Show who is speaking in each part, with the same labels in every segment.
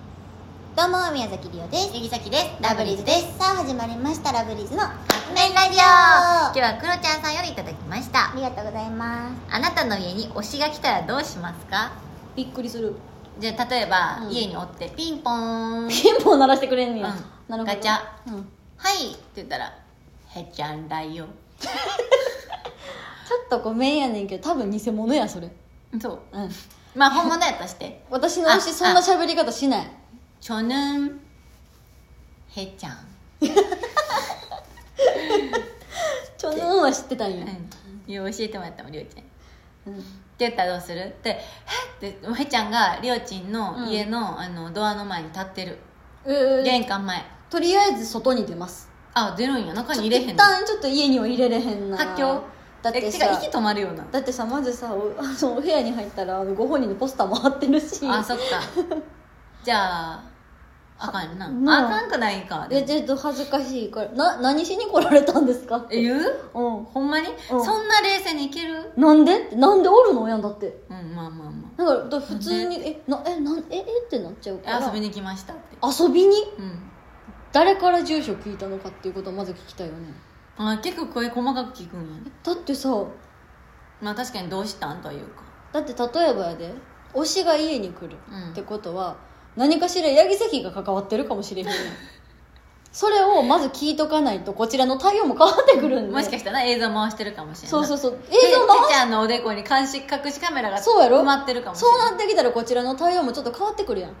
Speaker 1: どうも宮崎りおです
Speaker 2: 杉崎です
Speaker 1: ラブリーズですさあ始まりましたラブリーズのあ
Speaker 2: 革命ラジオ今日はクロちゃんさんよりいただきました
Speaker 1: りがとうございます
Speaker 2: あなたの家に推しが来たらどうしますか
Speaker 1: びっくりする
Speaker 2: じゃあ例えば、
Speaker 1: うん
Speaker 2: 家におってピンポーンはい
Speaker 1: ピンポン鳴らしてくれんねや、
Speaker 2: うん
Speaker 1: なるほど
Speaker 2: ガチャ
Speaker 1: うん、
Speaker 2: って言ったら「へちゃんだよ
Speaker 1: ちょっとごめんやねんけど多分偽物やそれ」
Speaker 2: そう
Speaker 1: うん
Speaker 2: まあ本物やとして
Speaker 1: 私の推し
Speaker 2: あ
Speaker 1: そんな喋り方しない
Speaker 2: 「ちょぬんへちゃん
Speaker 1: ちょぬんは知ってたん」
Speaker 2: う
Speaker 1: や、
Speaker 2: んいや教えてもらったもんりょうちゃん
Speaker 1: うん
Speaker 2: って言ったらどうするって「えっ?」ておへちゃんがりょうちんの家の,、あのドアの前に立ってる
Speaker 1: えー
Speaker 2: 玄関前
Speaker 1: とりあえず外に出ます
Speaker 2: あ出るんや中に入れへん
Speaker 1: 一
Speaker 2: の
Speaker 1: 旦ちょっと家には入れれへんな
Speaker 2: 発狂
Speaker 1: だって
Speaker 2: え
Speaker 1: さ
Speaker 2: 違う息止まるような
Speaker 1: だってさまずさお あのお部屋に入ったらあのご本人のポスターも貼ってるし
Speaker 2: あそっかじゃああかんよな
Speaker 1: なあ
Speaker 2: あかんくないか
Speaker 1: えちょっと恥ずかしいからな何しに来られたんですかって
Speaker 2: 言う
Speaker 1: う
Speaker 2: ほんまに、
Speaker 1: うん
Speaker 2: そんな冷静にいける
Speaker 1: んなんでってなんでおるのやんだって
Speaker 2: うんまあまあま
Speaker 1: なんかだから普通にえなえなんええってなっちゃうか
Speaker 2: あ
Speaker 1: ら
Speaker 2: 遊びに来ましたって
Speaker 1: 遊びに
Speaker 2: うん
Speaker 1: 誰から住所聞いたのかっていうことをまず聞きたいよね
Speaker 2: あ結構声細かく聞くんやね
Speaker 1: だってさ
Speaker 2: まあ確かにどうしたんというか
Speaker 1: だって例えばやで推しが家に来る
Speaker 2: うん
Speaker 1: ってことは、何かしら八木崎が関わってるかもしれへん やんそれをまず聞いとかないとこちらの対応も変わってくるんで
Speaker 2: もしかしたら映像回してるかもしれない
Speaker 1: そうそうそ
Speaker 2: う
Speaker 1: う映
Speaker 2: 映
Speaker 1: 像
Speaker 2: 像
Speaker 1: 回
Speaker 2: ちゃんのおでこに監視隠しカメラが
Speaker 1: そうやろ
Speaker 2: 埋まってるかもしれ
Speaker 1: そう
Speaker 2: ない
Speaker 1: なってきたらこちらの対応もちょっと変わってくるやん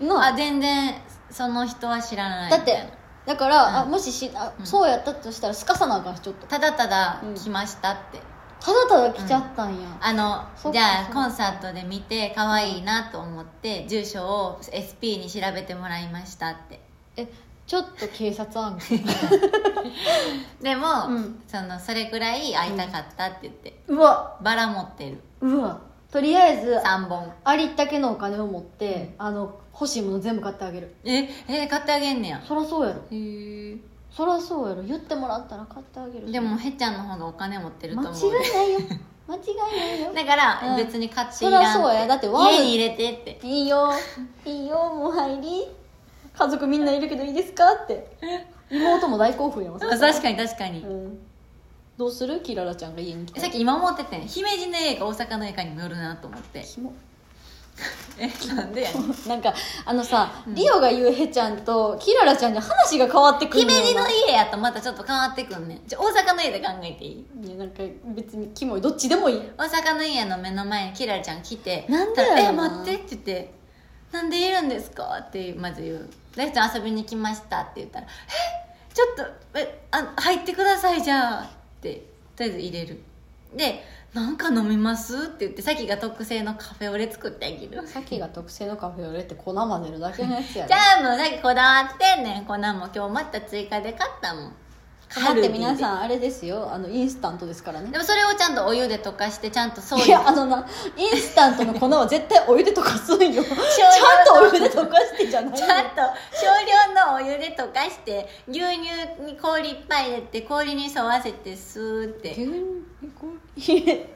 Speaker 2: うん
Speaker 1: な
Speaker 2: あ全然その人は知らない
Speaker 1: だってだから、
Speaker 2: うん
Speaker 1: あもししあ、
Speaker 2: うん
Speaker 1: そうやったとしたらすかさなあかんしちょっと
Speaker 2: ただただ
Speaker 1: うん
Speaker 2: 来ましたって、
Speaker 1: ただただ来ちゃったんや、
Speaker 2: あ
Speaker 1: そっか
Speaker 2: のじゃ
Speaker 1: そ
Speaker 2: あ
Speaker 1: っか
Speaker 2: コンサートで見て可愛いなと思って住所を SP に調べてもらいましたって
Speaker 1: えちょっと警察案件
Speaker 2: でも、
Speaker 1: うん
Speaker 2: そのそれくらい会いたかったって言って、
Speaker 1: うわ
Speaker 2: バラ持ってる
Speaker 1: うわとりあえず
Speaker 2: 3本
Speaker 1: ありったけのお金を持って、あの欲しいもの全部買ってあげる
Speaker 2: ええ買ってあげんねや
Speaker 1: そらそうやろ
Speaker 2: へえ
Speaker 1: そらそうやろ言ってもらったら買ってあげる
Speaker 2: でもへっちゃんの方がお金持ってると
Speaker 1: 間違
Speaker 2: 思う
Speaker 1: いないよ 間違いないよ
Speaker 2: だから、
Speaker 1: うん
Speaker 2: 別に買ってい
Speaker 1: そ
Speaker 2: らん
Speaker 1: ら
Speaker 2: って
Speaker 1: そうやだってワー
Speaker 2: 家
Speaker 1: ル
Speaker 2: に入れてって
Speaker 1: いいよいいよもう入り家族みんないるけどいいですかって妹も大興奮やわそれ
Speaker 2: あ確かに確かに、
Speaker 1: うん、どうするキララちゃんが家に来
Speaker 2: え
Speaker 1: た
Speaker 2: さっき今思ってて姫路の映画大阪の映画にもよるなと思って
Speaker 1: キモ
Speaker 2: えなんでやねん
Speaker 1: なんかあのさ、
Speaker 2: うん
Speaker 1: リオが言うヘちゃんとキララちゃんで話が変わってくる
Speaker 2: 姫路の
Speaker 1: い
Speaker 2: 家やとまたちょっと変わってくんねんじゃあ大阪の家で考えていい
Speaker 1: やなんか別にキモいどっちでもいい
Speaker 2: 大阪の家の目の前にキララちゃん来て
Speaker 1: なんでやろな
Speaker 2: え待って」って言って「なんでいるんですか?」ってまず言う「レイちゃん遊びに来ました」って言ったら「えちょっとえあ入ってくださいじゃあ」ってとりあえず入れるで「なんか飲みます?」って言ってさきが特製のカフェオレ作ってあげる
Speaker 1: さっきが特製のカフェオレって粉混ぜるだけのやつや
Speaker 2: じ
Speaker 1: ろ
Speaker 2: ゃあもうさっきこだわってんねん粉も今日また追加で買ったもん
Speaker 1: だって皆
Speaker 2: ん
Speaker 1: さんあれですよあのインスタントですからね
Speaker 2: でもそれをちゃんとお湯で溶か してちゃんとそう
Speaker 1: いやあのなインスタントの粉は絶対お湯で溶か すんよちゃんと
Speaker 2: 醤油
Speaker 1: お湯で溶かしてじゃない
Speaker 2: ちゃんと少量のお湯で溶かして牛乳に氷いっぱい入れて氷に沿わせてスーって
Speaker 1: 牛乳え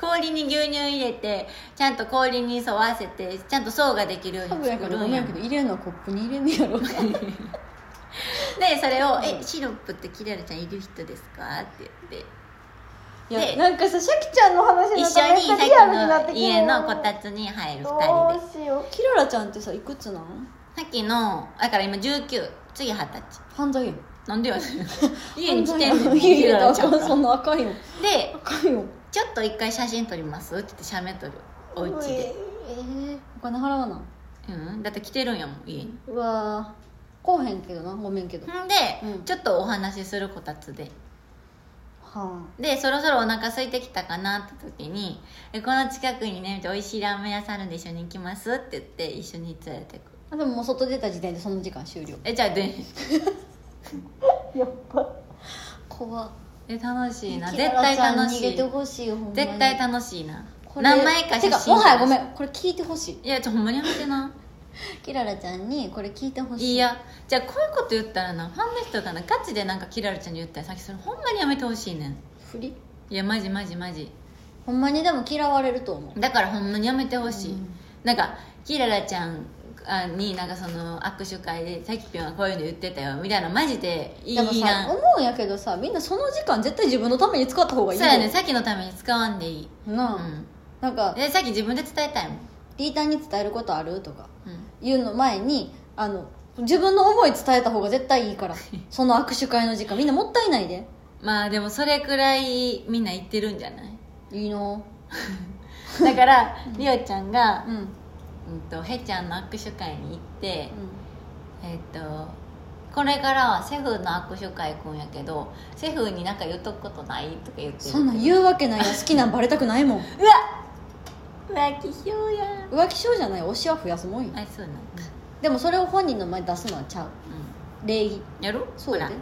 Speaker 2: 氷に牛乳入れてちゃんと氷に沿わせてちゃんと層ができるよう
Speaker 1: 多
Speaker 2: に
Speaker 1: 分や
Speaker 2: 作
Speaker 1: けど
Speaker 2: る
Speaker 1: ご
Speaker 2: ん
Speaker 1: めんや
Speaker 2: や
Speaker 1: けど入れるのはコップに入れんねやろ
Speaker 2: でそれを「えシロップってキララちゃんいる人ですか?」って言って
Speaker 1: いや
Speaker 2: で
Speaker 1: なんかさシャキちゃんの話
Speaker 2: 一
Speaker 1: の
Speaker 2: 緒にさっき
Speaker 3: リアルになってき
Speaker 2: の
Speaker 3: てる
Speaker 2: 家のこたつに入る2
Speaker 3: ど
Speaker 2: 人で
Speaker 3: うしよ
Speaker 1: キララちゃんってさいくつなん
Speaker 2: さっきのだから今19次二十歳
Speaker 1: 犯罪やん
Speaker 2: なんでやねん 家に来てんねん
Speaker 1: 家に
Speaker 2: キ
Speaker 1: 来
Speaker 2: ラ
Speaker 1: た
Speaker 2: ラちゃ
Speaker 1: らあ
Speaker 2: んが
Speaker 1: かんそんな赤いよ
Speaker 2: で
Speaker 1: 赤いよ
Speaker 2: ちょっと一回写真撮りますって言って写メ撮るお
Speaker 3: う
Speaker 2: 家で
Speaker 1: ええお金払わな
Speaker 2: うんだって来てるんやもん家に
Speaker 1: うわこうへんけどなごめんけどは
Speaker 2: ほんで、
Speaker 1: うん
Speaker 2: ちょっとお話しするこたつで
Speaker 1: あ
Speaker 2: でそろそろお腹空いてきたかなって時にえこの近くにね美味しいラーメン屋さんあるんで一緒に行きますって言って一緒に連れてく
Speaker 1: あでももう外出た時点でその時間終了
Speaker 2: えじゃあで
Speaker 3: うやっぱ
Speaker 1: 怖っ
Speaker 2: え楽しいな
Speaker 1: キ
Speaker 2: 絶
Speaker 1: ララ
Speaker 2: 対
Speaker 1: ちゃん
Speaker 2: 楽し
Speaker 1: 逃げ
Speaker 2: い
Speaker 1: てほしいよほんまに
Speaker 2: 絶対楽しいな
Speaker 1: これ
Speaker 2: 何枚か写
Speaker 1: て
Speaker 2: 真
Speaker 1: かもはやごめ
Speaker 2: ん
Speaker 1: んこれ聞いてほしい
Speaker 2: いやちょほんまにやめてな
Speaker 1: キララちゃんにこれ聞いてほしい
Speaker 2: いやじゃあこういうこと言ったらなファンの人がなガチでなんかキララちゃんに言ったらさっきそれほんまにやめてほしいねん
Speaker 1: ふり
Speaker 2: いやマジマジマジ
Speaker 1: ほんまにでも嫌われると思う
Speaker 2: だからほんまにやめてほしい、なんかキララちゃんあになんかその握手会で「さきぴょんはこういうの言ってたよ」みたいなマジでいい
Speaker 1: でもさ
Speaker 2: な
Speaker 1: 思うんやけどさみんなその時間絶対自分のために使った方が
Speaker 2: そう
Speaker 1: いい
Speaker 2: やねさきのために使わんでいい、
Speaker 1: なあ、
Speaker 2: うん、
Speaker 1: なんか
Speaker 2: でさき自分で伝えたいもん、
Speaker 1: リーダーに伝えることあるとか
Speaker 2: うん、
Speaker 1: 言うの前にあの自分の思い伝えた方が絶対いい からその握手会の時間みんなもったいないで
Speaker 2: まあでもそれくらいみんな言ってるんじゃない
Speaker 1: いいの
Speaker 2: だからりおちゃんが
Speaker 1: う、んうん
Speaker 2: うん、とへちゃんの握手会に行って、えっとこれからはシェフの握手会行くんやけどシェフになんか言っとくことないとか言ってる
Speaker 1: そんなん言うわけないや好きなんバレたくない もん
Speaker 2: うわ浮気しようや
Speaker 1: 浮気症じゃない推しは増やすもんよ
Speaker 2: あそうなんだ、
Speaker 1: でもそれを本人の前に出すのはちゃう礼儀
Speaker 2: うん、やろ
Speaker 1: そうやで
Speaker 2: ほ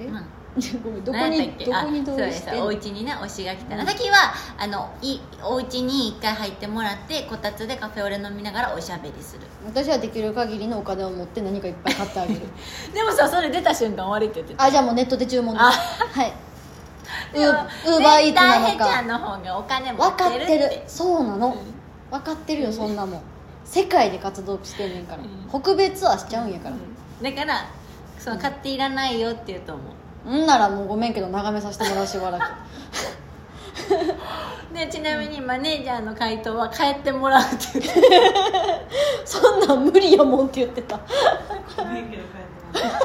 Speaker 1: え、
Speaker 2: らうん
Speaker 1: ごめんどこ
Speaker 2: 何やっ
Speaker 1: に
Speaker 2: たっけ
Speaker 1: どこに
Speaker 2: あ
Speaker 1: 同意してん
Speaker 2: そうやそうやお
Speaker 1: の
Speaker 2: 家にね推しが来たら、さっきはあのいお家に一回入ってもらってこたつでカフェオレ飲みながらおしゃべりする
Speaker 1: 私はできる限りのお金を持って何かいっぱい買ってあ げる
Speaker 2: でもさそれ出た瞬間悪いって言って
Speaker 1: あじゃあもうネットで注文です
Speaker 2: あ
Speaker 1: はい ウ
Speaker 2: でも
Speaker 1: ーウーバーイーツなの
Speaker 2: 絶対ヘちゃん
Speaker 1: か
Speaker 2: の方がお金持
Speaker 1: 分かっ
Speaker 2: っ
Speaker 1: て
Speaker 2: るって
Speaker 1: てるそうなの
Speaker 2: うん
Speaker 1: 分かってるよそんなもん世界で活動してんねんから
Speaker 2: うん
Speaker 1: 北米ツアーしちゃうんやから
Speaker 2: だからその買っていらないよって言うと思
Speaker 1: うんならもうごめんけど眺めさせてもらうしばら く
Speaker 2: うでちなみにマネージャーの回答は帰ってもらうって言って
Speaker 1: そんなん無理やもんって言ってた
Speaker 3: ごめんけど帰ってま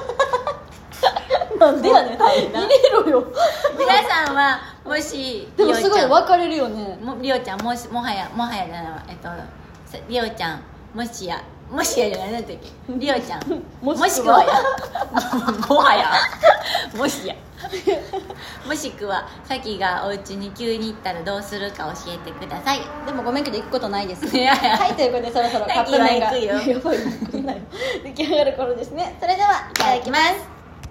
Speaker 3: す
Speaker 1: なんでやねん
Speaker 2: そう
Speaker 1: 入
Speaker 2: やな
Speaker 1: れろよ
Speaker 2: 皆さんはもし
Speaker 1: でもすごい
Speaker 2: りおちゃん
Speaker 1: 分かれるよね
Speaker 2: もりおちゃんもしもはやもはやじゃないわえっとさりおちゃんもしやもしやじゃないなんだっけりおちゃん
Speaker 1: もしくは
Speaker 2: くはや もはやもしやもしくはさきがお家に急に行ったらどうするか教えてください
Speaker 1: でもごめんけど行くことない です
Speaker 2: いやいや
Speaker 1: はいということでそろそろカップ麺が
Speaker 2: 行くよ
Speaker 1: いややばい行くなよ出来上がる頃ですねそれではい
Speaker 2: ただきます